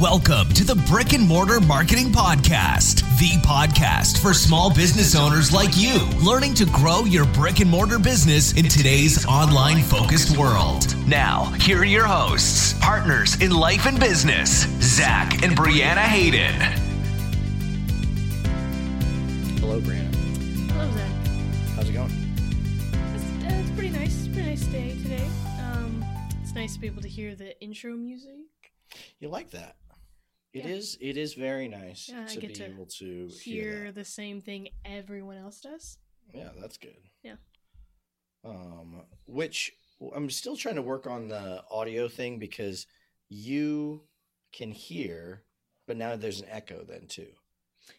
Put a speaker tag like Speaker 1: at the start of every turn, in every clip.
Speaker 1: Welcome to the Brick and Mortar Marketing Podcast, the podcast for small business owners like you, learning to grow your brick and mortar business in today's online focused world. Now, here are your hosts, partners in life and business, Zach and Brianna Hayden.
Speaker 2: Hello, Brianna.
Speaker 3: Hello, Zach.
Speaker 2: How's it going?
Speaker 3: It's, uh, it's pretty nice. It's a pretty nice day today. Um, it's nice to be able to hear the intro music.
Speaker 2: You like that? It
Speaker 3: Yeah.
Speaker 2: is. It is very nice
Speaker 3: Yeah, I
Speaker 2: to
Speaker 3: get
Speaker 2: be
Speaker 3: to
Speaker 2: able to hear.
Speaker 3: Hear the same thing everyone else does.
Speaker 2: that. Yeah, that's good.
Speaker 3: Yeah.
Speaker 2: Um, which I'm still trying to work on the audio thing because you can hear, but now there's an echo then too.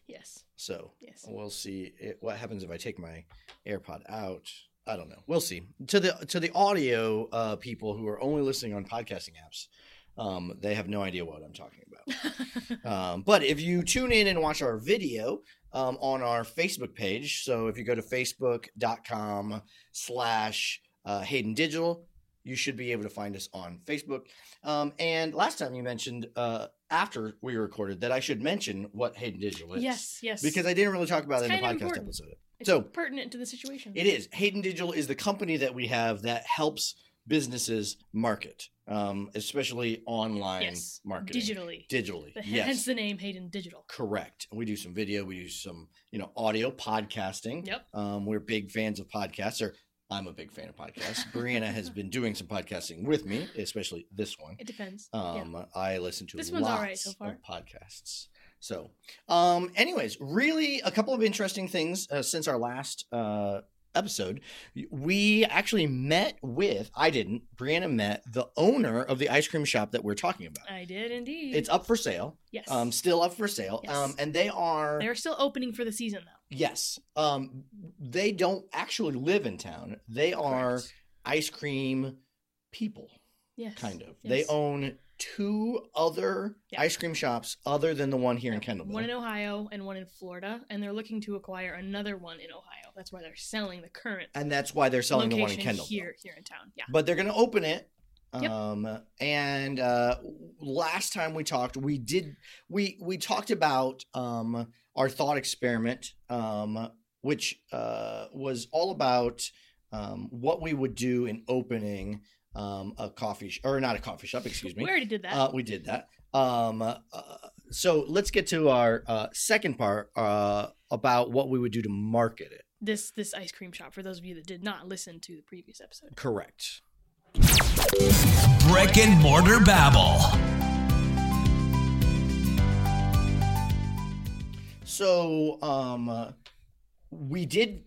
Speaker 3: Yes.
Speaker 2: So
Speaker 3: Yes.
Speaker 2: we'll see it, what happens if I take my AirPod out. I don't know. We'll see. To the to the audio uh, people who are only listening on podcasting apps, um, they have no idea what I'm talking about. Um, but if you tune in and watch our video um, on our Facebook page, so if you go to facebook.com slash uh, Hayden Digital, you should be able to find us on Facebook. Um, and last time you mentioned uh, after we recorded that I should mention what Hayden Digital is.
Speaker 3: yes. Yes.
Speaker 2: Because I didn't really talk about
Speaker 3: It's
Speaker 2: it in the podcast
Speaker 3: kinda important.
Speaker 2: episode.
Speaker 3: it's
Speaker 2: so-
Speaker 3: pertinent to the situation.
Speaker 2: It is. Hayden Digital is the company that we have that helps businesses market, um, especially online
Speaker 3: Yes.
Speaker 2: marketing.
Speaker 3: Digitally.
Speaker 2: Digitally.
Speaker 3: The-
Speaker 2: yes.
Speaker 3: Hence the name Hayden Digital.
Speaker 2: Correct. And we do some video, we do some, you know, audio podcasting.
Speaker 3: Yep.
Speaker 2: Um, we're big fans of podcasts, or I'm a big fan of podcasts. Brianna has been doing some podcasting with me, especially this one.
Speaker 3: It depends.
Speaker 2: Um, I listen to
Speaker 3: This
Speaker 2: lots
Speaker 3: one's all right so
Speaker 2: of podcasts. So, um, anyways, really a couple of interesting things uh, since our last uh, episode. We actually met with, I didn't, Brianna met the owner of the ice cream shop that we're talking about.
Speaker 3: yeah. I did indeed.
Speaker 2: It's up for sale
Speaker 3: yes.
Speaker 2: um, still up for sale.
Speaker 3: Yes.
Speaker 2: Um, and they are
Speaker 3: They're still opening for the season though.
Speaker 2: yes, um, they don't actually live in town. They are
Speaker 3: Correct.
Speaker 2: ice cream people,
Speaker 3: yes.
Speaker 2: kind of. They
Speaker 3: Yes.
Speaker 2: own two other
Speaker 3: Yeah.
Speaker 2: ice cream shops other than the one here in Kendall.
Speaker 3: One in Ohio and one in Florida, and they're looking to acquire another one in Ohio. That's why they're selling the current
Speaker 2: and that's why they're selling the one in
Speaker 3: location
Speaker 2: Kendall.
Speaker 3: here here in town. Yeah.
Speaker 2: But they're going to open it.
Speaker 3: Yep.
Speaker 2: Um and uh last time we talked we did we we talked about um our thought experiment um which uh was all about um what we would do in opening um a coffee sh- or not a coffee shop excuse me
Speaker 3: We already did that.
Speaker 2: uh, we did that. Um, uh, so let's get to our uh, second part uh, about what we would do to market it.
Speaker 3: this this ice cream shop for those of you that did not listen to the previous episode.
Speaker 2: Correct.
Speaker 1: Brick and Mortar Babble.
Speaker 2: So um, uh, we did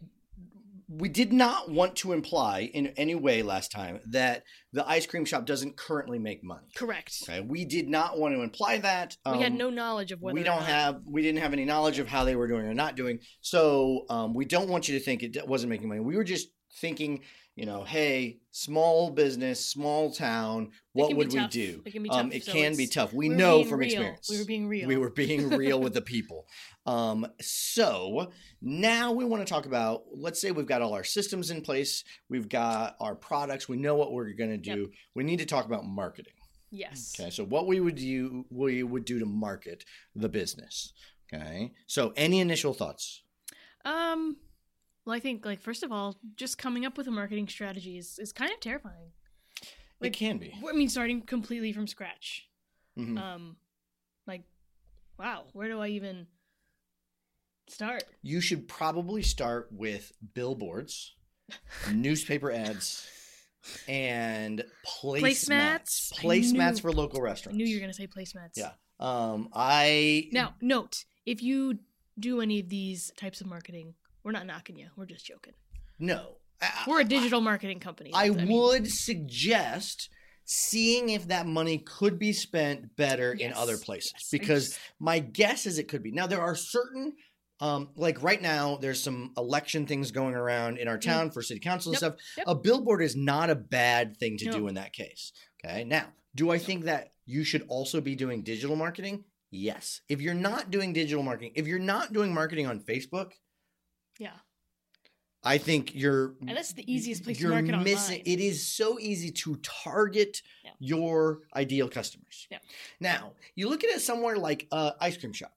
Speaker 2: we did not want to imply in any way last time that the ice cream shop doesn't currently make money.
Speaker 3: Correct.
Speaker 2: Okay, we did not want to imply that.
Speaker 3: we had
Speaker 2: Um,
Speaker 3: no knowledge of whether
Speaker 2: we
Speaker 3: or
Speaker 2: don't
Speaker 3: not-
Speaker 2: have we didn't have any knowledge of how they were doing or not doing so um, we don't want you to think it d- wasn't making money we were just thinking you know hey small business small town what
Speaker 3: can be
Speaker 2: would we
Speaker 3: tough.
Speaker 2: do
Speaker 3: It can be
Speaker 2: um,
Speaker 3: tough,
Speaker 2: it
Speaker 3: so
Speaker 2: can be
Speaker 3: it's-
Speaker 2: tough we
Speaker 3: were
Speaker 2: know
Speaker 3: being
Speaker 2: from
Speaker 3: real.
Speaker 2: experience
Speaker 3: We were being real.
Speaker 2: we were being real with the people um, so now we want to talk about let's say we've got all our systems in place we've got our products we know what we're going to do we need to talk about marketing
Speaker 3: Yes.
Speaker 2: Okay, so what we would do we would do to market the business. Okay, so any initial thoughts?
Speaker 3: Um well I think like first of all, just coming up with a marketing strategy is, is kind of terrifying.
Speaker 2: it can be.
Speaker 3: I mean starting completely from scratch.
Speaker 2: Mhm.
Speaker 3: Um like wow, where do I even start?
Speaker 2: you should probably start with billboards, newspaper ads, and placemats.
Speaker 3: Placemats? I knew-
Speaker 2: Placemats for local
Speaker 3: I
Speaker 2: restaurants.
Speaker 3: knew you were gonna say placemats.
Speaker 2: Yeah. Um, I
Speaker 3: Now, note, if you do any of these types of marketing, we're not knocking you. We're just joking.
Speaker 2: no. I-
Speaker 3: We're a digital marketing company.
Speaker 2: I
Speaker 3: That's- mean,
Speaker 2: would suggest seeing if that money could be spent better in
Speaker 3: yes,
Speaker 2: other places
Speaker 3: yes. I
Speaker 2: because
Speaker 3: just-
Speaker 2: my guess is it could be now there are certain um like right now there's some election things going around in our town for city council and
Speaker 3: Mm-hmm. Yep,
Speaker 2: stuff
Speaker 3: yep.
Speaker 2: a billboard is not a bad thing to do
Speaker 3: No.
Speaker 2: in that case okay now do i think that you should also be doing digital marketing yes if you're not doing digital marketing if you're not doing marketing on facebook
Speaker 3: yeah,
Speaker 2: I think you're
Speaker 3: And that's the easiest place to
Speaker 2: you're
Speaker 3: market online.
Speaker 2: missing it is so easy to target
Speaker 3: Yeah.
Speaker 2: your ideal customers
Speaker 3: Yeah.
Speaker 2: now you look at it somewhere like uh, ice cream shop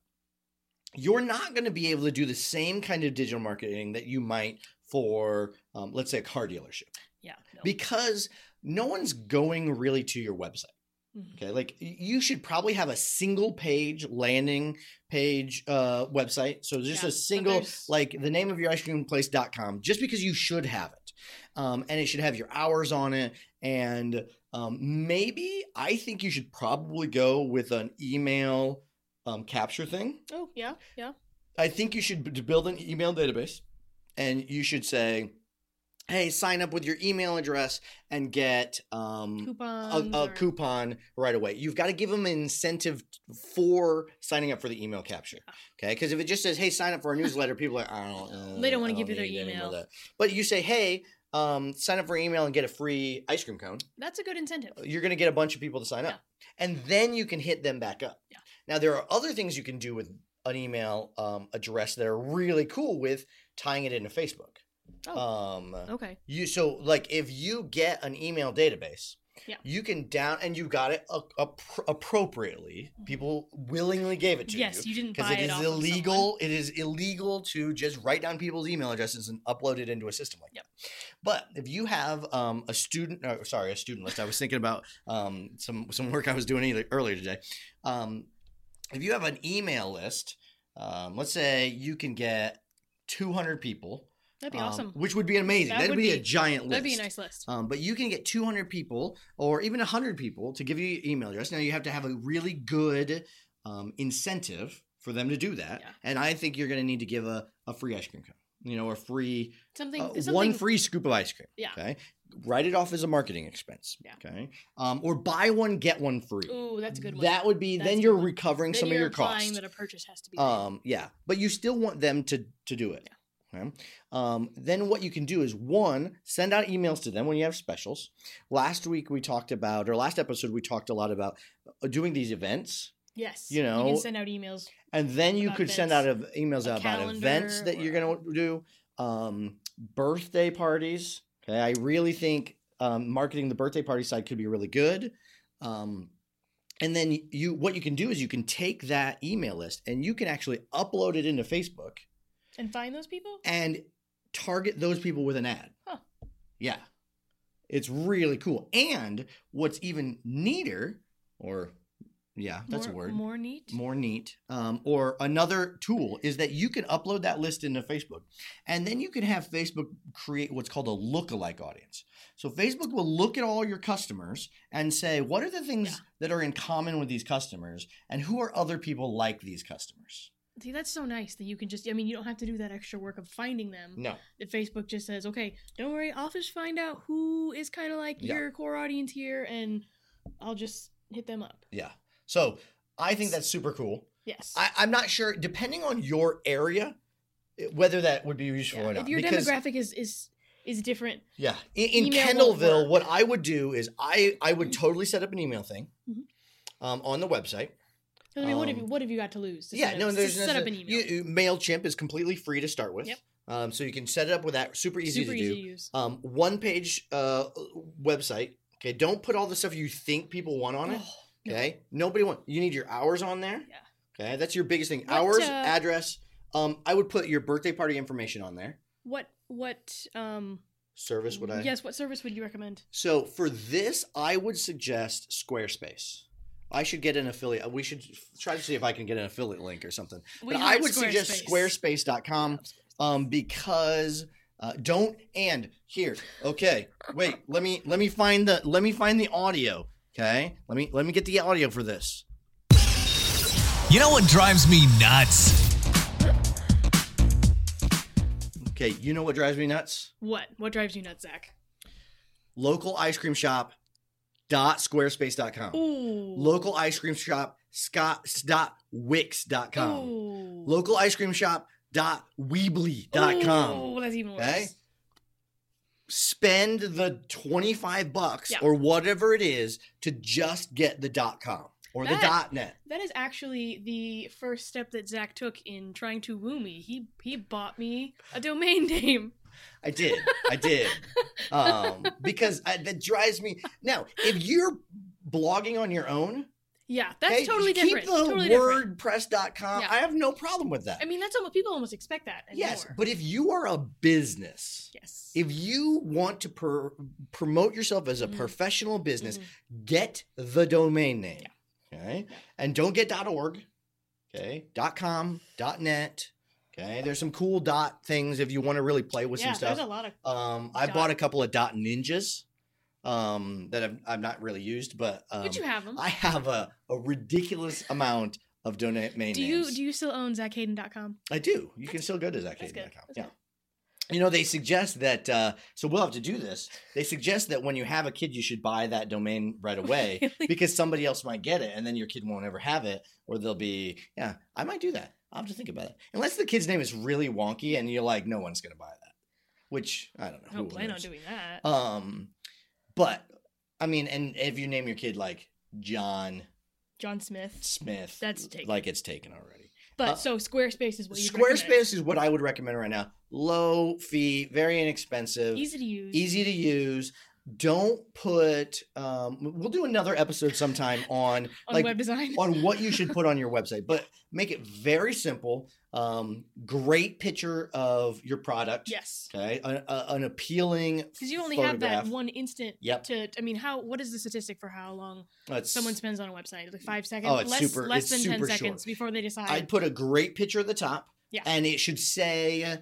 Speaker 2: you're not going to be able to do the same kind of digital marketing that you might for um, let's say a car dealership
Speaker 3: yeah. no.
Speaker 2: because no one's going really to your website
Speaker 3: Mhm.
Speaker 2: Okay, like y- you should probably have a single page landing page uh, website. So just
Speaker 3: Yeah,
Speaker 2: a
Speaker 3: but
Speaker 2: single,
Speaker 3: there's-
Speaker 2: like the name of your ice cream place.com, just because you should have it. Um, and it should have your hours on it. And um, maybe I think you should probably go with an email um, capture thing.
Speaker 3: Oh yeah, yeah.
Speaker 2: I think you should b- build an email database and you should say, hey, sign up with your email address and get um,
Speaker 3: Coupons.
Speaker 2: a, a
Speaker 3: or-
Speaker 2: coupon right away. You've got to give them an incentive for signing up for the email capture. Okay, because if it just says, "Hey, sign up for our newsletter," people are like, "I don't." uh,
Speaker 3: They don't wanna
Speaker 2: I
Speaker 3: give you their
Speaker 2: need any of
Speaker 3: email.
Speaker 2: that." But you say, "Hey, um, sign up for email and get a free ice cream cone."
Speaker 3: That's a good incentive.
Speaker 2: You're going to get a bunch of people to sign up, and then you can hit them back up.
Speaker 3: Yeah.
Speaker 2: Now there are other things you can do with an email um, address that are really cool with tying it into Facebook.
Speaker 3: Oh,
Speaker 2: Um,
Speaker 3: okay.
Speaker 2: you so like if you get an email database,
Speaker 3: Yeah.
Speaker 2: you can down and you got it a, appropriately. People willingly gave it to
Speaker 3: Mm-hmm. Yes,
Speaker 2: you
Speaker 3: you, didn't
Speaker 2: because
Speaker 3: buy
Speaker 2: it
Speaker 3: it,
Speaker 2: is
Speaker 3: off of someone.
Speaker 2: illegal. It is illegal to just write down people's email addresses and upload it into a system like
Speaker 3: Yep.
Speaker 2: that. But if you have um, a student, or, sorry, a student list. I was thinking about um, some some work I was doing earlier- earlier today. Um, if you have an email list, um, let's say you can get 200 people.
Speaker 3: That'd be
Speaker 2: Um,
Speaker 3: awesome.
Speaker 2: Which would be amazing.
Speaker 3: That
Speaker 2: That would
Speaker 3: would
Speaker 2: be, a
Speaker 3: be-
Speaker 2: giant list.
Speaker 3: That'd be a nice list.
Speaker 2: Um, but you can get 200 people or even 100 people to give you your email address. Now you have to have a really good um, incentive for them to do that.
Speaker 3: Yeah.
Speaker 2: And I think you're going to need to give a, a free ice cream cone, you know, or free
Speaker 3: Something.
Speaker 2: uh,
Speaker 3: something
Speaker 2: one free scoop of ice cream.
Speaker 3: Yeah.
Speaker 2: Okay. Write it off as a marketing expense.
Speaker 3: Yeah.
Speaker 2: Okay. Um, or buy one, get one free.
Speaker 3: Ooh, that's a good one.
Speaker 2: That would be,
Speaker 3: That's
Speaker 2: then
Speaker 3: a
Speaker 2: you're
Speaker 3: good one.
Speaker 2: recovering
Speaker 3: Then
Speaker 2: some
Speaker 3: you're
Speaker 2: of your
Speaker 3: implying
Speaker 2: costs.
Speaker 3: that a purchase has to be. made.
Speaker 2: Um, yeah, but you still want them to to do it. Okay? Um, then what you can do is one, send out emails to them when you have specials. Last week we talked about, or last episode we talked a lot about uh, doing these events,
Speaker 3: yes.
Speaker 2: you
Speaker 3: you
Speaker 2: know,
Speaker 3: can send out emails.
Speaker 2: and then you
Speaker 3: About
Speaker 2: could send out
Speaker 3: events.
Speaker 2: of emails
Speaker 3: A
Speaker 2: out about events
Speaker 3: calendar
Speaker 2: that you're
Speaker 3: or-
Speaker 2: going to do, um, birthday parties. Okay, I really think um, marketing the birthday party side could be really good. Um, and then you, what you can do is you can take that email list and you can actually upload it into Facebook
Speaker 3: and find those people.
Speaker 2: and target those people with an ad.
Speaker 3: Huh.
Speaker 2: Yeah. It's really cool. And what's even neater, or yeah, that's
Speaker 3: more,
Speaker 2: a word, more,
Speaker 3: More neat.
Speaker 2: neat, um, or another tool is that you can upload that list into Facebook. And then you can have Facebook create what's called a lookalike audience. So Facebook will look at all your customers and say, what are the things
Speaker 3: Yeah.
Speaker 2: that are in common with these customers? And who are other people like these customers?
Speaker 3: See, that's so nice that you can just. I mean, you don't have to do that extra work of finding them.
Speaker 2: No.
Speaker 3: That Facebook just says, okay, don't worry, I'll just find out who is kind of like
Speaker 2: Yeah.
Speaker 3: your core audience here, and I'll just hit them up.
Speaker 2: Yeah. So I think that's super cool.
Speaker 3: Yes.
Speaker 2: I, I'm not sure, depending on your area, it- whether that would be useful
Speaker 3: Yeah,
Speaker 2: or not.
Speaker 3: If your
Speaker 2: because,
Speaker 3: demographic is is is different,
Speaker 2: yeah, in, in
Speaker 3: email won't
Speaker 2: Kendallville,
Speaker 3: work.
Speaker 2: what
Speaker 3: Mm-hmm.
Speaker 2: I would do is I I would totally set up an email thing
Speaker 3: Mhm.
Speaker 2: um, on the website.
Speaker 3: 'Cause I mean, what have
Speaker 2: Um,
Speaker 3: you what have you got to lose? to
Speaker 2: yeah,
Speaker 3: set
Speaker 2: no,
Speaker 3: up, to
Speaker 2: there's
Speaker 3: set up
Speaker 2: nothing-
Speaker 3: an
Speaker 2: you-
Speaker 3: email.
Speaker 2: you- Mailchimp is completely free to start with.
Speaker 3: Yep.
Speaker 2: Um, so you can set it up with that. Super easy
Speaker 3: Super
Speaker 2: to
Speaker 3: easy
Speaker 2: do.
Speaker 3: to use.
Speaker 2: Um, one page uh, website. Okay, don't put all the stuff you think people want on it.
Speaker 3: Oh, no.
Speaker 2: Okay, nobody wants. You need your hours on there.
Speaker 3: Yeah.
Speaker 2: Okay, that's your biggest thing.
Speaker 3: What,
Speaker 2: hours,
Speaker 3: uh,
Speaker 2: address. Um, I would put your birthday party information on there.
Speaker 3: What what um
Speaker 2: service would I?
Speaker 3: yes, what service would you recommend?
Speaker 2: So for this, I would suggest Squarespace. I should get an affiliate. We should try to see if I can get an affiliate link or something.
Speaker 3: We
Speaker 2: but
Speaker 3: can
Speaker 2: I
Speaker 3: work
Speaker 2: would suggest Squarespace.com um, because uh, don't and here. Okay, wait. Let me let me find the let me find the audio. Okay, let me let me get the audio for this.
Speaker 1: You know what drives me nuts?
Speaker 2: Okay, you know what drives me nuts?
Speaker 3: What what drives you nuts, Zach?
Speaker 2: Local ice cream shop. Dot squarespace.com.
Speaker 3: Ooh.
Speaker 2: Local ice cream shop. Scott. Dot wix.com.
Speaker 3: Ooh.
Speaker 2: local ice cream shop dot weebly dot com.
Speaker 3: Ooh, that's even worse.
Speaker 2: Okay? Spend the 25 bucks
Speaker 3: Yeah.
Speaker 2: or whatever it is to just get the dot com or the
Speaker 3: That-
Speaker 2: dot net.
Speaker 3: That is actually the first step that Zach took in trying to woo me. He he bought me a domain name.
Speaker 2: I did. I did. Um, because I, that drives me. Now, if you're blogging on your own,
Speaker 3: Yeah, that's
Speaker 2: hey,
Speaker 3: totally
Speaker 2: keep
Speaker 3: different.
Speaker 2: the
Speaker 3: totally different.
Speaker 2: WordPress.com.
Speaker 3: Yeah.
Speaker 2: I have no problem with that.
Speaker 3: I mean, that's almost people almost expect that. Anymore.
Speaker 2: yes, but if you are a business,
Speaker 3: yes,
Speaker 2: if you want to per- promote yourself as a
Speaker 3: Mhm.
Speaker 2: professional business,
Speaker 3: Mhm.
Speaker 2: get the domain name. Okay.
Speaker 3: Yeah.
Speaker 2: And don't get .org. Okay. .com, .net. Okay. There's some cool dot things if you want to really play with
Speaker 3: yeah,
Speaker 2: some stuff.
Speaker 3: there's a lot of
Speaker 2: Um, I
Speaker 3: Dot.
Speaker 2: bought a couple of dot ninjas um, that I've, I've not really used, but um,
Speaker 3: But you have them.
Speaker 2: I have a, a ridiculous amount of donate main
Speaker 3: do you
Speaker 2: names.
Speaker 3: do you still own ZachHayden.com?
Speaker 2: I do. You can still go to
Speaker 3: That's good.
Speaker 2: ZachHaden.com.
Speaker 3: That's
Speaker 2: Yeah. You know, they suggest that, uh, so we'll have to do this. They suggest that when you have a kid, you should buy that domain right away
Speaker 3: Really?
Speaker 2: because somebody else might get it and then your kid won't ever have it or they'll be, yeah, I might do that. I'll have to think about it. Unless the kid's name is really wonky and you're like, no one's going to buy that, which I don't know.
Speaker 3: I don't
Speaker 2: Who
Speaker 3: plan on
Speaker 2: knows?
Speaker 3: doing that.
Speaker 2: Um, but I mean, and if you name your kid like John
Speaker 3: John Smith.
Speaker 2: Smith,
Speaker 3: That's taken.
Speaker 2: like it's taken already.
Speaker 3: But
Speaker 2: uh,
Speaker 3: so Squarespace is what you
Speaker 2: Squarespace is what I would recommend right now. Low fee, very inexpensive,
Speaker 3: easy to use.
Speaker 2: easy to use. Don't put. Um, we'll do another episode sometime on
Speaker 3: on
Speaker 2: like
Speaker 3: web design.
Speaker 2: on what you should put on your website, but make it very simple. Um, great picture of your product.
Speaker 3: yes,
Speaker 2: Okay, an, a- an appealing
Speaker 3: because you only have that
Speaker 2: photograph.
Speaker 3: one instant.
Speaker 2: Yep.
Speaker 3: To I mean, how what is the statistic for how long
Speaker 2: That's-
Speaker 3: someone spends on a website? Like five seconds.
Speaker 2: Oh, it's
Speaker 3: less
Speaker 2: super-
Speaker 3: less
Speaker 2: it's
Speaker 3: than ten
Speaker 2: super short.
Speaker 3: seconds before they decide.
Speaker 2: I'd put a great picture at the top.
Speaker 3: Yeah.
Speaker 2: And it should say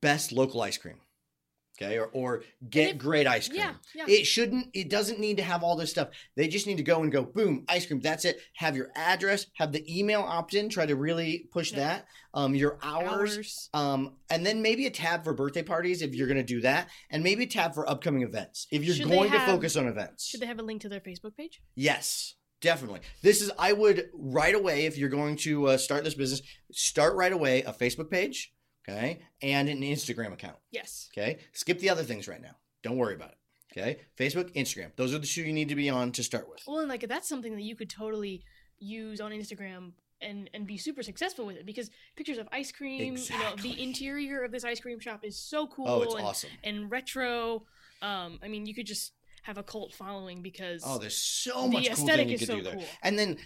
Speaker 2: best local ice cream. Okay. Or, or get
Speaker 3: if-
Speaker 2: great ice cream.
Speaker 3: yeah, yeah.
Speaker 2: It shouldn't, it doesn't need to have all this stuff. They just need to go and go, boom, ice cream. That's it. Have your address, have the email opt in, try to really push
Speaker 3: Yeah.
Speaker 2: that. Um, your hours.
Speaker 3: hours.
Speaker 2: Um, and then maybe a tab for birthday parties if you're going to do that, and maybe a tab for upcoming events if you're
Speaker 3: Should they
Speaker 2: going
Speaker 3: have-
Speaker 2: to focus on events.
Speaker 3: Should they have a link to their Facebook page?
Speaker 2: Yes, definitely. This is I would right away if you're going to uh, start this business, start right away a Facebook page, okay, and an Instagram account,
Speaker 3: Yes.
Speaker 2: okay. Skip the other things right now. Don't worry about it. Okay, Facebook, Instagram. Those are the two you need to be on to start with.
Speaker 3: Well, and like that's something that you could totally use on Instagram and and be super successful with it because pictures of ice cream, you know,
Speaker 2: Exactly.
Speaker 3: the interior of this ice cream shop is so cool
Speaker 2: Oh, it's
Speaker 3: and,
Speaker 2: awesome.
Speaker 3: and retro. Um, I mean, you could just have a cult following because
Speaker 2: Oh, there's so
Speaker 3: the
Speaker 2: much cool
Speaker 3: aesthetic
Speaker 2: thing you
Speaker 3: is
Speaker 2: could
Speaker 3: so
Speaker 2: do there.
Speaker 3: cool.
Speaker 2: And then,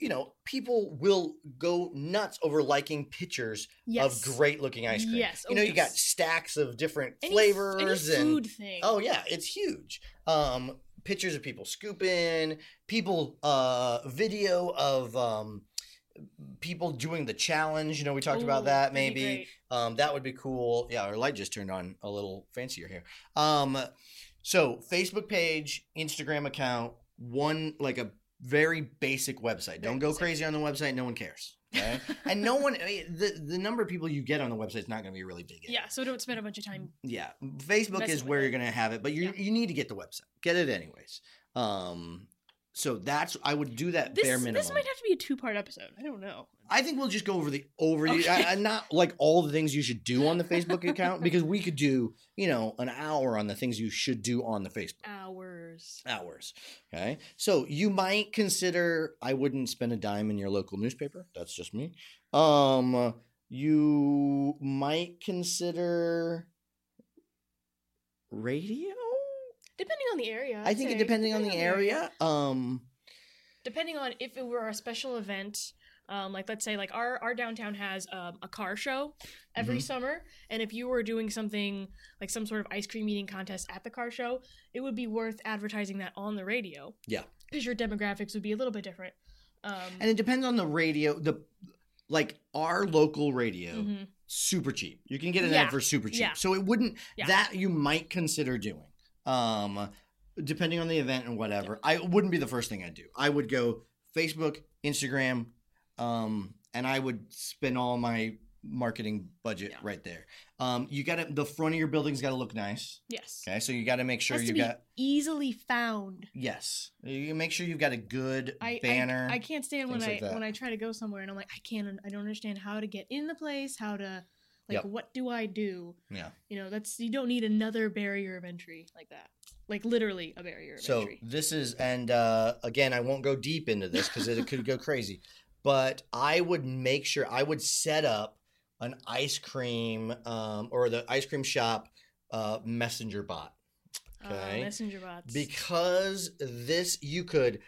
Speaker 2: you know, people will go nuts over liking pictures
Speaker 3: yes.
Speaker 2: of great looking ice cream.
Speaker 3: Yes,
Speaker 2: You
Speaker 3: oh,
Speaker 2: know, you got
Speaker 3: yes.
Speaker 2: stacks of different
Speaker 3: Any f-
Speaker 2: flavors
Speaker 3: any
Speaker 2: and
Speaker 3: food thing.
Speaker 2: Oh yeah, it's huge. Um, pictures of people scooping, people, uh, video of um, people doing the challenge. You know, we talked
Speaker 3: Ooh,
Speaker 2: about that.
Speaker 3: that'd be
Speaker 2: Maybe
Speaker 3: great.
Speaker 2: um, that would be cool. Yeah, our light just turned on a little fancier here. Um, so Facebook page, Instagram account, one like a very basic website. Don't
Speaker 3: Very
Speaker 2: go
Speaker 3: basic.
Speaker 2: crazy on the website. No one cares. Okay? and no one, I mean, the the number of people you get on the website is not going to be really big.
Speaker 3: Yeah, so don't spend a bunch of time.
Speaker 2: Yeah, Facebook
Speaker 3: messing
Speaker 2: is
Speaker 3: with
Speaker 2: where
Speaker 3: it.
Speaker 2: you're going to have it, but you
Speaker 3: Yeah.
Speaker 2: you need to get the website. Get it anyways. Um, so that's I would do that
Speaker 3: This,
Speaker 2: bare minimum.
Speaker 3: this might have to be a two-part episode. I don't know.
Speaker 2: I think we'll just go over the over the
Speaker 3: Okay.
Speaker 2: I, I- not like all the things you should do on the Facebook account because we could do you know an hour on the things you should do on the Facebook
Speaker 3: Hours.
Speaker 2: hours. Okay, so you might consider I wouldn't spend a dime in your local newspaper. That's just me. Um, you might consider radio.
Speaker 3: Depending on the area.
Speaker 2: I
Speaker 3: I'd
Speaker 2: think it
Speaker 3: say.
Speaker 2: depending on the area. Um,
Speaker 3: depending on if it were a special event um, like let's say like our, our downtown has um, a car show every
Speaker 2: Mhm.
Speaker 3: summer and if you were doing something like some sort of ice cream eating contest at the car show it would be worth advertising that on the radio
Speaker 2: Yeah.
Speaker 3: because your demographics would be a little bit different um,
Speaker 2: and it depends on the radio. The like our local radio,
Speaker 3: mhm.
Speaker 2: super cheap. You can get an
Speaker 3: Yeah.
Speaker 2: ad for super cheap.
Speaker 3: Yeah.
Speaker 2: So it wouldn't
Speaker 3: Yeah.
Speaker 2: that you might consider doing. Um, depending on the event and whatever, I it wouldn't be the first thing I'd do. I would go Facebook, Instagram, um, and I would spend all my marketing budget
Speaker 3: Yeah.
Speaker 2: right there. Um, you got to the front of your building's got to look nice.
Speaker 3: yes
Speaker 2: Okay, so you got to make sure
Speaker 3: Has to
Speaker 2: you
Speaker 3: be
Speaker 2: got
Speaker 3: easily found
Speaker 2: Yes, you make sure you've got a good
Speaker 3: I, I-
Speaker 2: banner.
Speaker 3: I, can't stand when
Speaker 2: things
Speaker 3: I
Speaker 2: like that.
Speaker 3: when I try to go somewhere and I'm like I can't I don't understand how to get in the place how to like
Speaker 2: Yep.
Speaker 3: what do I do
Speaker 2: yeah.
Speaker 3: you know that's you don't need another barrier of entry like that like literally a barrier of
Speaker 2: So
Speaker 3: entry
Speaker 2: this is, and uh, again, I won't go deep into this because it could go crazy. But I would make sure I would set up an ice cream um, or the ice cream shop uh, messenger bot.
Speaker 3: Uh,
Speaker 2: Okay.
Speaker 3: messenger bots.
Speaker 2: because this you could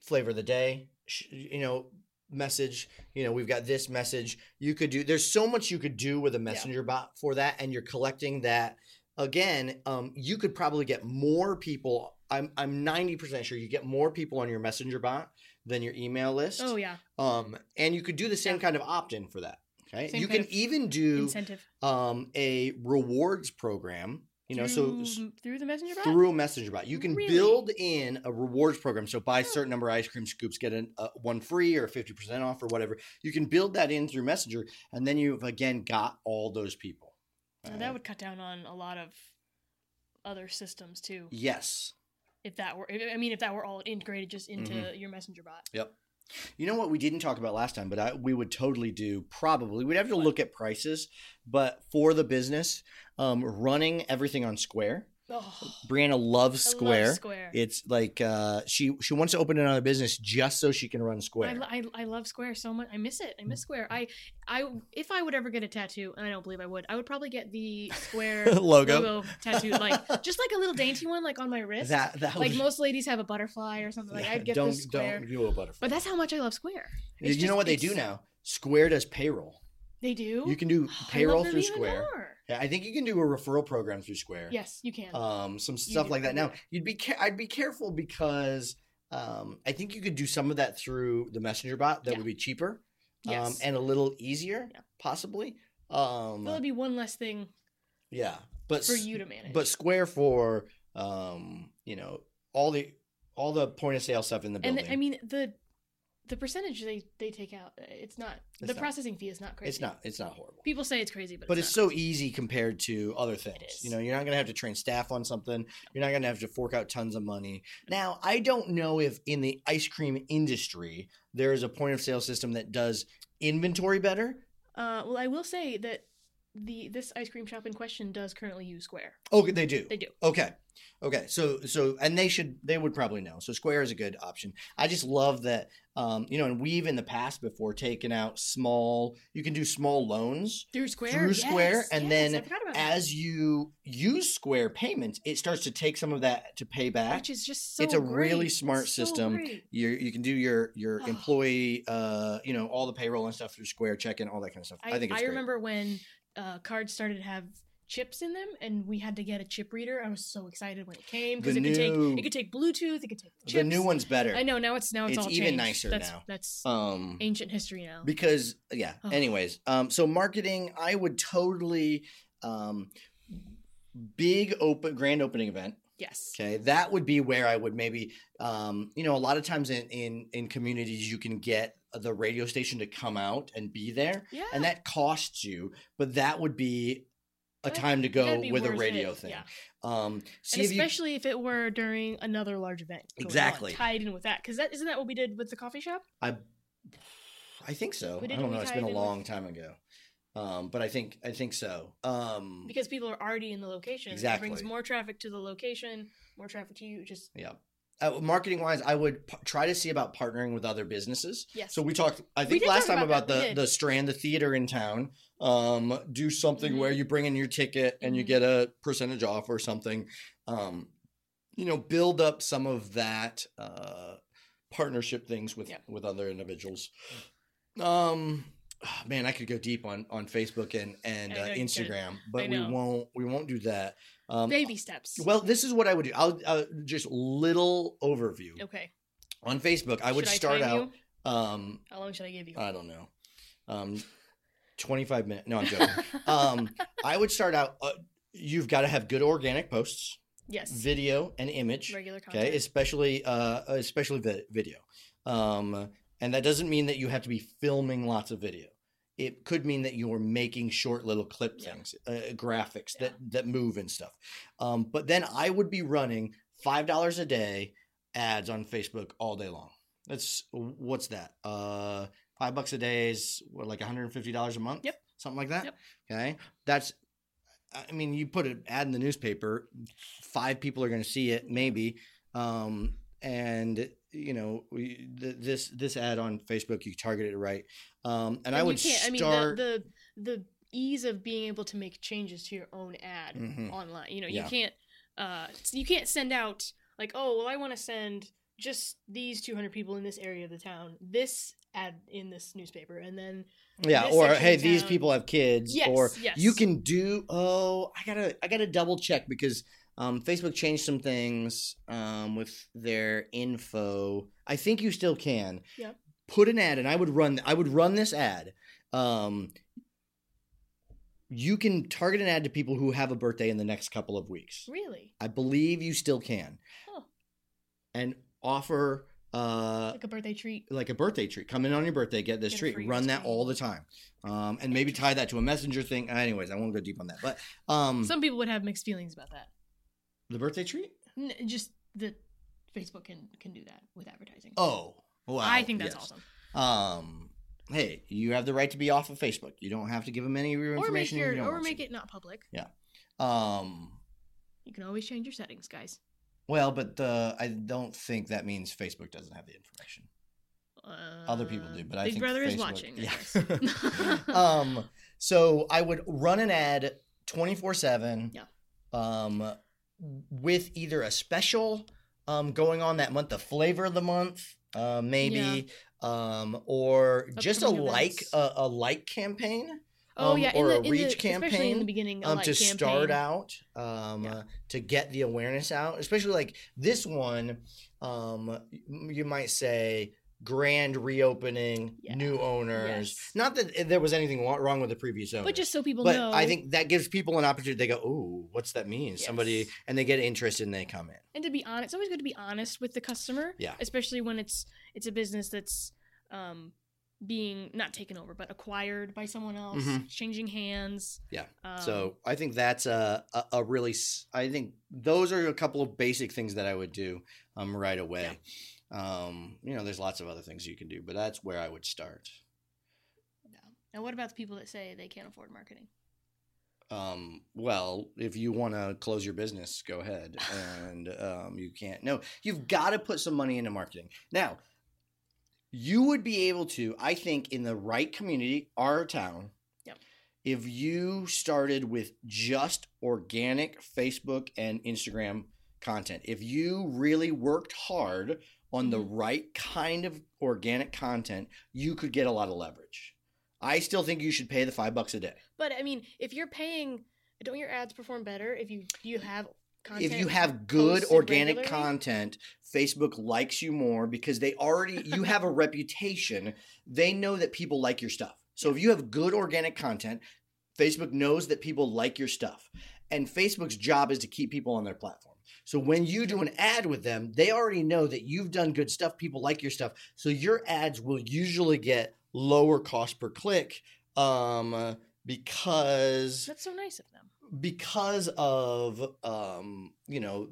Speaker 2: flavor of the day sh- you know message you know we've got this message you could do there's so much you could do with a messenger bot for that and you're collecting that again um, you could probably get more people i'm i'm 90% sure you get more people on your messenger bot than your email list
Speaker 3: oh yeah,
Speaker 2: um and you could do the same
Speaker 3: Yeah.
Speaker 2: kind of opt-in for that okay
Speaker 3: Same
Speaker 2: you
Speaker 3: kind
Speaker 2: can
Speaker 3: of
Speaker 2: even do
Speaker 3: incentive.
Speaker 2: um a rewards program you know so
Speaker 3: through,
Speaker 2: s-
Speaker 3: through the messenger bot.
Speaker 2: through a messenger bot. You can
Speaker 3: Really? Oh.
Speaker 2: build in a rewards program. So buy a
Speaker 3: Huh.
Speaker 2: certain number of ice cream scoops, get an, uh, one free or fifty percent off or whatever. You can build that in through Messenger, and then you've again got all those people. right?
Speaker 3: So Oh, Uh, that would cut down on a lot of other systems too.
Speaker 2: yes.
Speaker 3: If that were, I mean, if that were all integrated just into
Speaker 2: Mm-hmm.
Speaker 3: your messenger bot.
Speaker 2: Yep. You know what we didn't talk about last time, but I, we would totally do probably. We'd have to look at prices, but for the business, um, running everything on Square.
Speaker 3: Oh,
Speaker 2: Brianna loves
Speaker 3: I love
Speaker 2: Square.
Speaker 3: Square.
Speaker 2: It's like uh, she she wants to open another business just so she can run Square. Mm.
Speaker 3: I, lo- I, I love Square so much. I miss it. I miss Square. I I if I would ever get a tattoo, and I don't believe I would, I would probably get the Square
Speaker 2: Logo.
Speaker 3: tattoo, like just like a little dainty one, like on my wrist.
Speaker 2: that that
Speaker 3: like
Speaker 2: was
Speaker 3: most ladies have a butterfly or something. Like
Speaker 2: Yeah,
Speaker 3: I'd get
Speaker 2: don't
Speaker 3: the Square.
Speaker 2: don't do a butterfly.
Speaker 3: But that's how much I love Square.
Speaker 2: you
Speaker 3: it's
Speaker 2: know
Speaker 3: just-
Speaker 2: what they
Speaker 3: it's-
Speaker 2: do now? Square does payroll.
Speaker 3: They do.
Speaker 2: You can do
Speaker 3: I love
Speaker 2: payroll
Speaker 3: them
Speaker 2: through
Speaker 3: even
Speaker 2: Square.
Speaker 3: more.
Speaker 2: Yeah, I think you can do a referral program through Square.
Speaker 3: Yes, you can.
Speaker 2: Um, some stuff
Speaker 3: do,
Speaker 2: like that.
Speaker 3: yeah.
Speaker 2: Now you'd be ca- I'd be careful because um, I think you could do some of that through the messenger bot. That
Speaker 3: Yeah.
Speaker 2: would be cheaper. Um,
Speaker 3: yes.
Speaker 2: and a little easier,
Speaker 3: Yeah.
Speaker 2: possibly. Um,
Speaker 3: That'll be one less thing
Speaker 2: yeah, but
Speaker 3: for
Speaker 2: s-
Speaker 3: you to manage.
Speaker 2: but Square for um, you know all the all the point of sale stuff in the
Speaker 3: and
Speaker 2: building.
Speaker 3: th- I mean the the percentage they they take out, it's not the
Speaker 2: It's not.
Speaker 3: processing fee is not crazy.
Speaker 2: it's not it's not horrible.
Speaker 3: People say it's crazy, but
Speaker 2: but
Speaker 3: it's,
Speaker 2: it's
Speaker 3: not.
Speaker 2: so easy compared to other things. You
Speaker 3: is.
Speaker 2: know, you're not going to have to train staff on something. You're not going to have to fork out tons of money.
Speaker 3: Mm-hmm.
Speaker 2: Now, I don't know if in the ice cream industry there is a point of sale system that does inventory better.
Speaker 3: Uh, well, I will say that the this ice cream shop in question does currently use Square.
Speaker 2: Oh, they do.
Speaker 3: They do.
Speaker 2: Okay. Okay. So so and they should they would probably know. So Square is a good option. I just love that um you know, and we've in the past before taken out small you can do small loans
Speaker 3: Through Square.
Speaker 2: Through Square,
Speaker 3: yes,
Speaker 2: and
Speaker 3: yes,
Speaker 2: then
Speaker 3: I forgot about that.
Speaker 2: as you use Square payments, it starts to take some of that to pay back.
Speaker 3: which is just so
Speaker 2: it's a
Speaker 3: great.
Speaker 2: really smart
Speaker 3: So
Speaker 2: system.
Speaker 3: great.
Speaker 2: you you can do your your
Speaker 3: Ah.
Speaker 2: employee uh you know all the payroll and stuff through Square check in all that kind of stuff. I,
Speaker 3: I, I,
Speaker 2: think it's great.
Speaker 3: remember when uh, cards started to have chips in them, and we had to get a chip reader. I was so excited when it came because
Speaker 2: The
Speaker 3: it could take
Speaker 2: new-
Speaker 3: it could take Bluetooth, it could take chips.
Speaker 2: the new one's better.
Speaker 3: I know now it's now it's,
Speaker 2: It's
Speaker 3: all
Speaker 2: even
Speaker 3: changed.
Speaker 2: nicer
Speaker 3: that's,
Speaker 2: now.
Speaker 3: That's
Speaker 2: Um
Speaker 3: ancient history now.
Speaker 2: because yeah,
Speaker 3: Ugh.
Speaker 2: anyways. Um so marketing I would totally um big open grand opening event
Speaker 3: yes.
Speaker 2: Okay, that would be where I would maybe, um, you know, a lot of times in, in in communities you can get the radio station to come out and be there,
Speaker 3: Yeah.
Speaker 2: and that costs you, but that would be a
Speaker 3: That-
Speaker 2: time to
Speaker 3: that'd
Speaker 2: go
Speaker 3: be
Speaker 2: with a
Speaker 3: worth
Speaker 2: radio
Speaker 3: it,
Speaker 2: thing.
Speaker 3: yeah.
Speaker 2: Um, see
Speaker 3: and
Speaker 2: if you,
Speaker 3: especially if it were during another large event. going on,
Speaker 2: Exactly.
Speaker 3: tied in with that, because that isn't that what we did with the coffee shop?
Speaker 2: I, I think so. I
Speaker 3: We did-
Speaker 2: don't
Speaker 3: we
Speaker 2: know. It's
Speaker 3: tied
Speaker 2: been a
Speaker 3: in with-
Speaker 2: long time ago, um, but I think I think so. Um,
Speaker 3: Because people are already in the location. It
Speaker 2: Exactly.
Speaker 3: brings more traffic to the location, more traffic to you. Just
Speaker 2: yeah. Uh, marketing wise, I would p- try to see about partnering with other businesses.
Speaker 3: yes.
Speaker 2: So we talked, I
Speaker 3: We
Speaker 2: think
Speaker 3: did
Speaker 2: last
Speaker 3: talk
Speaker 2: time
Speaker 3: about
Speaker 2: about,
Speaker 3: that, we
Speaker 2: the
Speaker 3: did.
Speaker 2: the Strand, the theater in town. Um, do something
Speaker 3: Mhm.
Speaker 2: where you bring in your ticket and you
Speaker 3: Mhm.
Speaker 2: get a percentage off or something. Um, you know, build up some of that uh, partnership things with
Speaker 3: Yeah.
Speaker 2: with other individuals. Um, ah, man, I could go deep on on Facebook and and
Speaker 3: I
Speaker 2: uh,
Speaker 3: know you could.
Speaker 2: Instagram, but we
Speaker 3: know.
Speaker 2: won't we won't do that. Um,
Speaker 3: baby steps.
Speaker 2: Well, this is what I would do. I'll, i just little overview
Speaker 3: okay.
Speaker 2: on Facebook. I would
Speaker 3: Should
Speaker 2: start
Speaker 3: time
Speaker 2: out.
Speaker 3: you?
Speaker 2: Um,
Speaker 3: How long should I give you?
Speaker 2: I don't know. Um, 25 minutes. No, I'm joking. um, I would start out. Uh, you've got to have good organic posts,
Speaker 3: yes.
Speaker 2: video and image.
Speaker 3: Regular content.
Speaker 2: Okay, especially uh, especially vi- video. Um, and that doesn't mean that you have to be filming lots of video. It could mean that you're making short little clip
Speaker 3: Yeah.
Speaker 2: things, uh, graphics
Speaker 3: Yeah.
Speaker 2: that that move and stuff. Um, but then I would be running five dollars a day ads on Facebook all day long. That's what's that? Uh, five bucks a day is what, like one hundred and fifty dollars a month.
Speaker 3: Yep.
Speaker 2: something like that.
Speaker 3: Yep.
Speaker 2: Okay, that's. I mean, you put an ad in the newspaper, five people are going to see it, maybe. Um, and you know we, th- this this ad on Facebook you target it right, um, and, I
Speaker 3: you
Speaker 2: would
Speaker 3: can't-
Speaker 2: start.
Speaker 3: I mean, the, the the ease of being able to make changes to your own ad
Speaker 2: Mhm.
Speaker 3: online. You know,
Speaker 2: Yeah.
Speaker 3: you can't uh, you can't send out like, oh, well, I want to send just these 200 people in this area of the town this ad in this newspaper, and then
Speaker 2: Yeah,
Speaker 3: this
Speaker 2: or
Speaker 3: section
Speaker 2: hey,
Speaker 3: of
Speaker 2: these
Speaker 3: town.
Speaker 2: people have kids.
Speaker 3: Yes,
Speaker 2: or
Speaker 3: yes.
Speaker 2: you can do. Oh, I gotta, I gotta double check because um, Facebook changed some things um, with their info. I think you still can.
Speaker 3: Yeah.
Speaker 2: Put an ad, and I would run. I would run this ad. Um, you can target an ad to people who have a birthday in the next couple of weeks.
Speaker 3: really
Speaker 2: I believe you still can,
Speaker 3: Hmm. Huh.
Speaker 2: and offer. Uh,
Speaker 3: like a birthday treat.
Speaker 2: like a birthday treat. Come in on your birthday, get this
Speaker 3: Get a
Speaker 2: treat.
Speaker 3: free
Speaker 2: Run that
Speaker 3: treat.
Speaker 2: all the time, um, and maybe tie that to a messenger thing. Anyways, I won't go deep on that, but um,
Speaker 3: Some people would have mixed feelings about that.
Speaker 2: the birthday treat.
Speaker 3: N- just that Facebook can can do that with advertising.
Speaker 2: Oh, wow!
Speaker 3: I think that's
Speaker 2: yes.
Speaker 3: awesome.
Speaker 2: Um, hey, you have the right to be off of Facebook. You don't have to give them any of your
Speaker 3: Or make
Speaker 2: information. if
Speaker 3: your
Speaker 2: you don't
Speaker 3: or
Speaker 2: want
Speaker 3: make
Speaker 2: to.
Speaker 3: it not public.
Speaker 2: Um,
Speaker 3: You can always change your settings, guys.
Speaker 2: well, but the I don't think that means Facebook doesn't have the information.
Speaker 3: Uh,
Speaker 2: Other people do, but I
Speaker 3: Big
Speaker 2: think
Speaker 3: Brother is
Speaker 2: Facebook-
Speaker 3: watching. I
Speaker 2: Yeah.
Speaker 3: guess.
Speaker 2: um, so I would run an ad twenty four seven.
Speaker 3: Yeah.
Speaker 2: Um, with either a special um going on that month, the flavor of the month, uh, maybe, um, or just a
Speaker 3: Upcoming
Speaker 2: like
Speaker 3: events.
Speaker 2: a, a like campaign.
Speaker 3: Oh
Speaker 2: um,
Speaker 3: yeah,
Speaker 2: or a
Speaker 3: in the, in
Speaker 2: reach
Speaker 3: the, especially in
Speaker 2: campaign,
Speaker 3: the beginning, a
Speaker 2: um,
Speaker 3: like
Speaker 2: to
Speaker 3: campaign.
Speaker 2: start out, um,
Speaker 3: Yeah.
Speaker 2: uh, to get the awareness out, especially like this one, um, y- you might say grand reopening,
Speaker 3: Yeah.
Speaker 2: new owners.
Speaker 3: Yes.
Speaker 2: Not that there was anything wa- wrong with the previous owner,
Speaker 3: but just so people
Speaker 2: but
Speaker 3: know,
Speaker 2: I think that gives people an opportunity. They go, "Oh, what's that mean?" Somebody,
Speaker 3: Yes.
Speaker 2: and they get interested and they come in.
Speaker 3: and to be honest, it's always good to be honest with the customer.
Speaker 2: Yeah.
Speaker 3: especially when it's it's a business that's um, being not taken over but acquired by someone else,
Speaker 2: Mhm.
Speaker 3: changing hands.
Speaker 2: Yeah.
Speaker 3: Um,
Speaker 2: so I think that's a, a a really. s- I think those are a couple of basic things that I would do um right away. Um, you know, there's lots of other things you can do, but that's where I would start.
Speaker 3: yeah. now, what about the people that say they can't afford marketing?
Speaker 2: um well if you want to close your business go ahead and um you can't no you've got to put some money into marketing now you would be able to i think in the right community our town
Speaker 3: Yep.
Speaker 2: if you started with just organic facebook and instagram content if you really worked hard on the
Speaker 3: Mhm.
Speaker 2: right kind of organic content you could get a lot of leverage i still think you should pay the five bucks a day
Speaker 3: But I mean, if you're paying, don't your ads perform better if you do you have content?
Speaker 2: if you have good
Speaker 3: posted
Speaker 2: organic
Speaker 3: regularly?
Speaker 2: content facebook likes you more because they already you have a reputation they know that people like your stuff so if you have good organic content facebook knows that people like your stuff and facebook's job is to keep people on their platform so when you do an ad with them they already know that you've done good stuff people like your stuff so your ads will usually get lower cost per click um because
Speaker 3: that's so nice of them.
Speaker 2: because of um, you know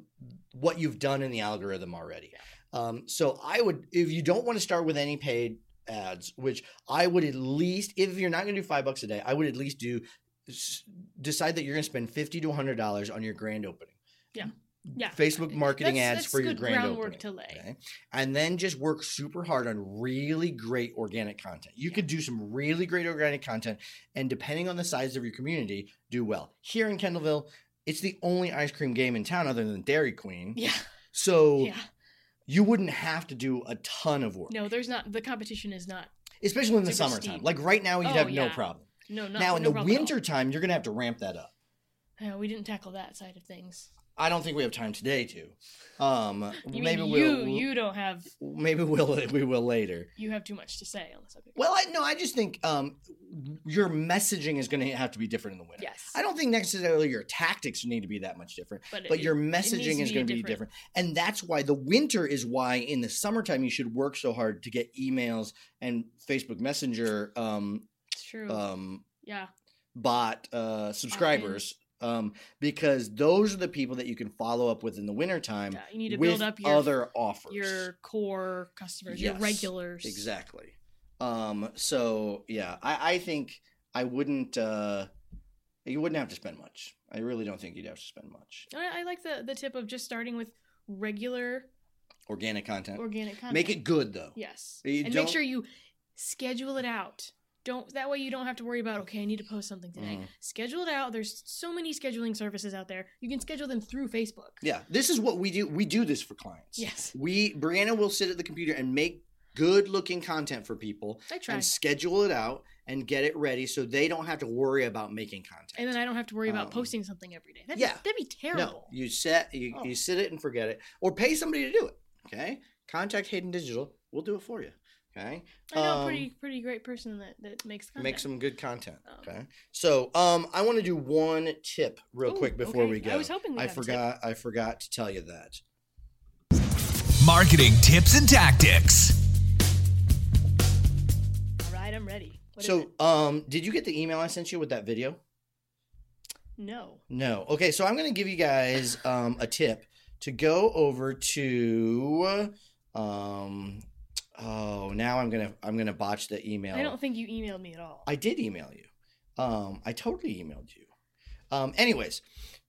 Speaker 2: what you've done in the algorithm already. Um, so I would, if you don't want to start with any paid ads, which I would at least, if you're not going to do five bucks a day, I would at least do s- decide that you're going to spend fifty to hundred dollars on your grand opening.
Speaker 3: Yeah,
Speaker 2: Facebook marketing
Speaker 3: That's-
Speaker 2: ads
Speaker 3: that's
Speaker 2: for your
Speaker 3: good
Speaker 2: grand
Speaker 3: groundwork
Speaker 2: opening,
Speaker 3: to lay.
Speaker 2: okay? and then just work super hard on really great organic content. You could do some really great organic content, and depending on the size of your community, do well. Here in Kendallville, it's the only ice cream game in town other than Dairy Queen,
Speaker 3: Yeah,
Speaker 2: so
Speaker 3: yeah.
Speaker 2: you wouldn't have to do a ton of work,
Speaker 3: No, there's not. The competition is not.
Speaker 2: especially in the
Speaker 3: Super
Speaker 2: summertime.
Speaker 3: steep.
Speaker 2: Like right now, you'd
Speaker 3: Oh,
Speaker 2: have no
Speaker 3: yeah.
Speaker 2: problem.
Speaker 3: No, not
Speaker 2: now in
Speaker 3: no
Speaker 2: the
Speaker 3: problem at all.
Speaker 2: wintertime, you're gonna have to ramp that up.
Speaker 3: Yeah, we didn't tackle that side of things.
Speaker 2: I don't think we have time today to. Um,
Speaker 3: You
Speaker 2: maybe
Speaker 3: mean
Speaker 2: we'll,
Speaker 3: you you don't have
Speaker 2: maybe we'll we will later.
Speaker 3: you have too much to say on the subject.
Speaker 2: Well, I, no, I just think um, your messaging is going to have to be different in the winter.
Speaker 3: yes,
Speaker 2: I don't think necessarily your tactics need to be that much different,
Speaker 3: but,
Speaker 2: but
Speaker 3: it-
Speaker 2: your
Speaker 3: needs to
Speaker 2: messaging is
Speaker 3: be
Speaker 2: going to be different.
Speaker 3: different.
Speaker 2: And that's why the winter is why in the summertime you should work so hard to get emails and Facebook Messenger um,
Speaker 3: it's true.
Speaker 2: um,
Speaker 3: yeah,
Speaker 2: bot uh, subscribers um, because those are the people that you can follow up with in the wintertime
Speaker 3: yeah, you need to
Speaker 2: with
Speaker 3: build up your
Speaker 2: other offers.
Speaker 3: your core customers, your
Speaker 2: Yes,
Speaker 3: regulars.
Speaker 2: Exactly. Um, so yeah, I, I think I wouldn't uh you wouldn't have to spend much. I really don't think you'd have to spend much.
Speaker 3: I, I like the the tip of just starting with regular
Speaker 2: organic content.
Speaker 3: organic content.
Speaker 2: Make it good though.
Speaker 3: yes,
Speaker 2: You
Speaker 3: and
Speaker 2: don't-
Speaker 3: make sure you schedule it out. Don't that way you don't have to worry about okay I need to post something today.
Speaker 2: Mhm.
Speaker 3: Schedule it out. There's so many scheduling services out there. You can schedule them through Facebook.
Speaker 2: Yeah, this is what we do. We do this for clients.
Speaker 3: Yes,
Speaker 2: We Brianna will sit at the computer and make good looking content for people
Speaker 3: I try,
Speaker 2: and schedule it out and get it ready so they don't have to worry about making content.
Speaker 3: and then I don't have to worry about
Speaker 2: Um,
Speaker 3: posting something every day. That'd,
Speaker 2: yeah.
Speaker 3: be, that'd be terrible.
Speaker 2: No, you set you,
Speaker 3: Oh.
Speaker 2: you sit it and forget it, or pay somebody to do it. Okay, contact Hayden Digital. We'll do it for you. Okay,
Speaker 3: I know a
Speaker 2: Um,
Speaker 3: pretty pretty great person that that makes content.
Speaker 2: make some good content.
Speaker 3: Um,
Speaker 2: Okay, so um, I want to do one tip real
Speaker 3: Ooh,
Speaker 2: quick before
Speaker 3: okay.
Speaker 2: we go.
Speaker 3: I was hoping we
Speaker 2: I
Speaker 3: had a tip.
Speaker 2: forgot. I forgot to tell you that.
Speaker 1: Marketing tips and tactics.
Speaker 3: All right, I'm ready. What is
Speaker 2: so,
Speaker 3: it?
Speaker 2: um, did you get the email I sent you with that video?
Speaker 3: no.
Speaker 2: No. Okay, so I'm going to give you guys um, a tip to go over to. Um, oh, now I'm gonna I'm gonna botch the email.
Speaker 3: I don't think you emailed me at all.
Speaker 2: I did email you. Um, I totally emailed you. Um, anyways,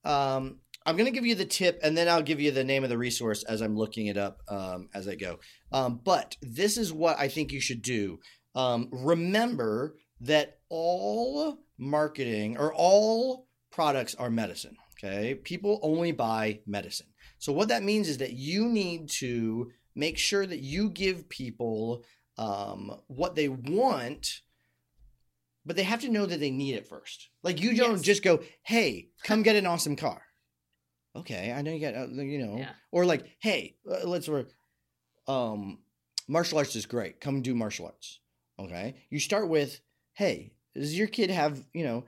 Speaker 2: um, I'm going to give you the tip and then I'll give you the name of the resource as I'm looking it up um, as I go. Um, but this is what I think you should do. Um, remember that all marketing or all products are medicine. Okay. People only buy medicine. So, what that means is that you need to make sure that you give people um, what they want but they have to know that they need it first. Like you don't
Speaker 3: Yes.
Speaker 2: just go, "Hey, come get an awesome car." Okay, I know you got uh, you know,
Speaker 3: Yeah.
Speaker 2: or like, "Hey, uh, let's work. Um, martial arts is great. Come do martial arts." Okay, you start with, "Hey, does your kid have you know?"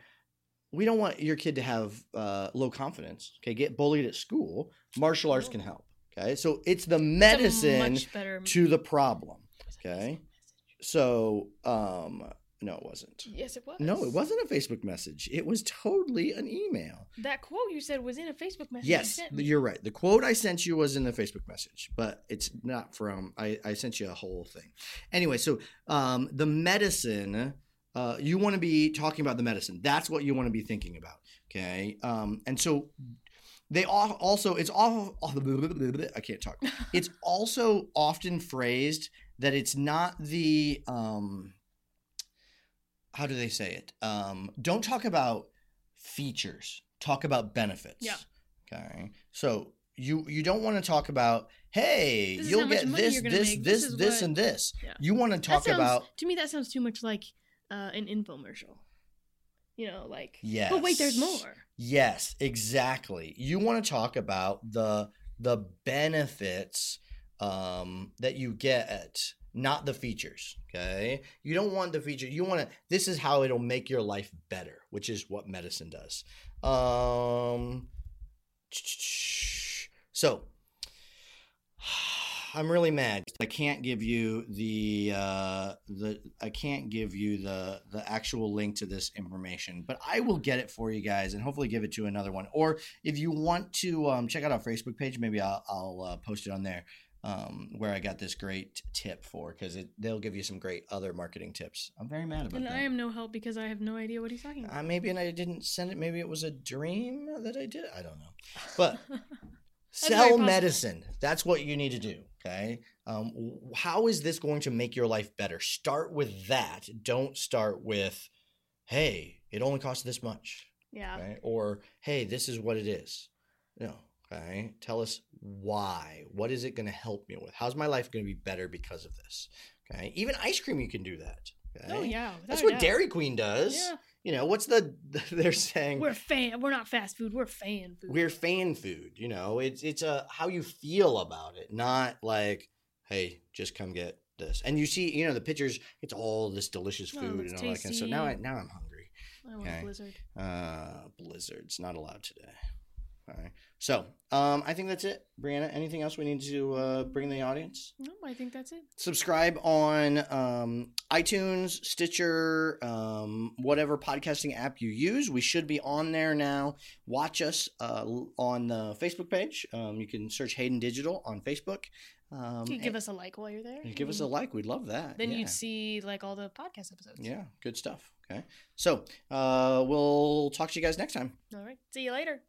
Speaker 2: We don't want your kid to have uh, low confidence. Okay, get bullied at school. Martial arts
Speaker 3: No.
Speaker 2: can help. Okay, so it's the
Speaker 3: It's a
Speaker 2: medicine
Speaker 3: much better-
Speaker 2: to the problem. okay. So, um, no, it wasn't.
Speaker 3: Yes, it was.
Speaker 2: No, it wasn't a Facebook message. It was totally an email.
Speaker 3: That quote you said was in a Facebook message. you
Speaker 2: Yes,
Speaker 3: sent me.
Speaker 2: you're right. The quote I sent you was in the Facebook message, but it's not from. I, I sent you a whole thing. Anyway, so um, the medicine. Uh, you want to be talking about the medicine. That's what you want to be thinking about. Okay. Um, and so they all, also it's all I can't talk. It's also often phrased that it's not the um, how do they say it? Um, don't talk about features. Talk about benefits.
Speaker 3: Yeah.
Speaker 2: Okay. So you you don't want to talk about hey
Speaker 3: This is
Speaker 2: you'll
Speaker 3: how much
Speaker 2: get
Speaker 3: money
Speaker 2: this
Speaker 3: you're gonna
Speaker 2: this
Speaker 3: make.
Speaker 2: this
Speaker 3: This
Speaker 2: this,
Speaker 3: is what-
Speaker 2: and this.
Speaker 3: Yeah.
Speaker 2: You want to
Speaker 3: That
Speaker 2: talk
Speaker 3: sounds-
Speaker 2: about
Speaker 3: To me, that sounds too much like uh, an infomercial. You know, like. But wait, there's
Speaker 2: Yes.
Speaker 3: more.
Speaker 2: Yes, exactly. You want to talk about the the benefits um, that you get, not the features. Okay, you don't want the feature. You want to. This is how it'll make your life better, which is what medicine does. Um, so I'm really mad. I can't give you the uh, the I can't give you the the actual link to this information, but I will get it for you guys and hopefully give it to another one. Or if you want to um, check out our Facebook page, maybe I'll, I'll uh, post it on there um, where I got this great tip for because they'll give you some great other marketing tips. I'm very mad about
Speaker 3: And
Speaker 2: that.
Speaker 3: I am no help because I have no idea what he's talking about.
Speaker 2: Uh, maybe and I didn't send it. Maybe it was a dream that I did. I don't know. But
Speaker 3: very
Speaker 2: sell
Speaker 3: possible.
Speaker 2: medicine. That's what you need to do. Okay. Um, w- how is this going to make your life better? Start with that. Don't start with, hey, it only costs this much.
Speaker 3: yeah.
Speaker 2: Right? Or, hey, this is what it is. No. Okay. Tell us why. What is it going to help me with? How's my life going to be better because of this? Okay. Even ice cream, you can do that. Okay?
Speaker 3: Oh, yeah.
Speaker 2: That's
Speaker 3: without a
Speaker 2: what
Speaker 3: doubt.
Speaker 2: Dairy Queen does.
Speaker 3: Yeah.
Speaker 2: You know, what's the they're saying
Speaker 3: We're fan. We're not fast food. We're fan food.
Speaker 2: we're fan food, you know. It's it's uh how you feel about it, not like hey, just come get this. And you see, you know, the pictures, it's all this delicious
Speaker 3: Oh,
Speaker 2: food and
Speaker 3: it's
Speaker 2: all that kind of stuff. Now I
Speaker 3: tasty.
Speaker 2: now I'm hungry.
Speaker 3: I want
Speaker 2: okay.
Speaker 3: a blizzard.
Speaker 2: Uh blizzards not allowed today. All right. So, um I think that's it. Brianna, anything else we need to uh bring the audience?
Speaker 3: No, I think that's it.
Speaker 2: subscribe on um, iTunes, Stitcher, um, whatever podcasting app you use. We should be on there now. Watch us uh, l- on the Facebook page. Um, you can search Hayden Digital on Facebook. Um,
Speaker 3: You could give
Speaker 2: and-
Speaker 3: us a like while you're there.
Speaker 2: and give us a
Speaker 3: and
Speaker 2: like. We'd love that.
Speaker 3: Then
Speaker 2: yeah.
Speaker 3: you'd see like all the podcast episodes.
Speaker 2: Yeah, good stuff. Okay. So uh, we'll talk to you guys next time.
Speaker 3: All right. See you later.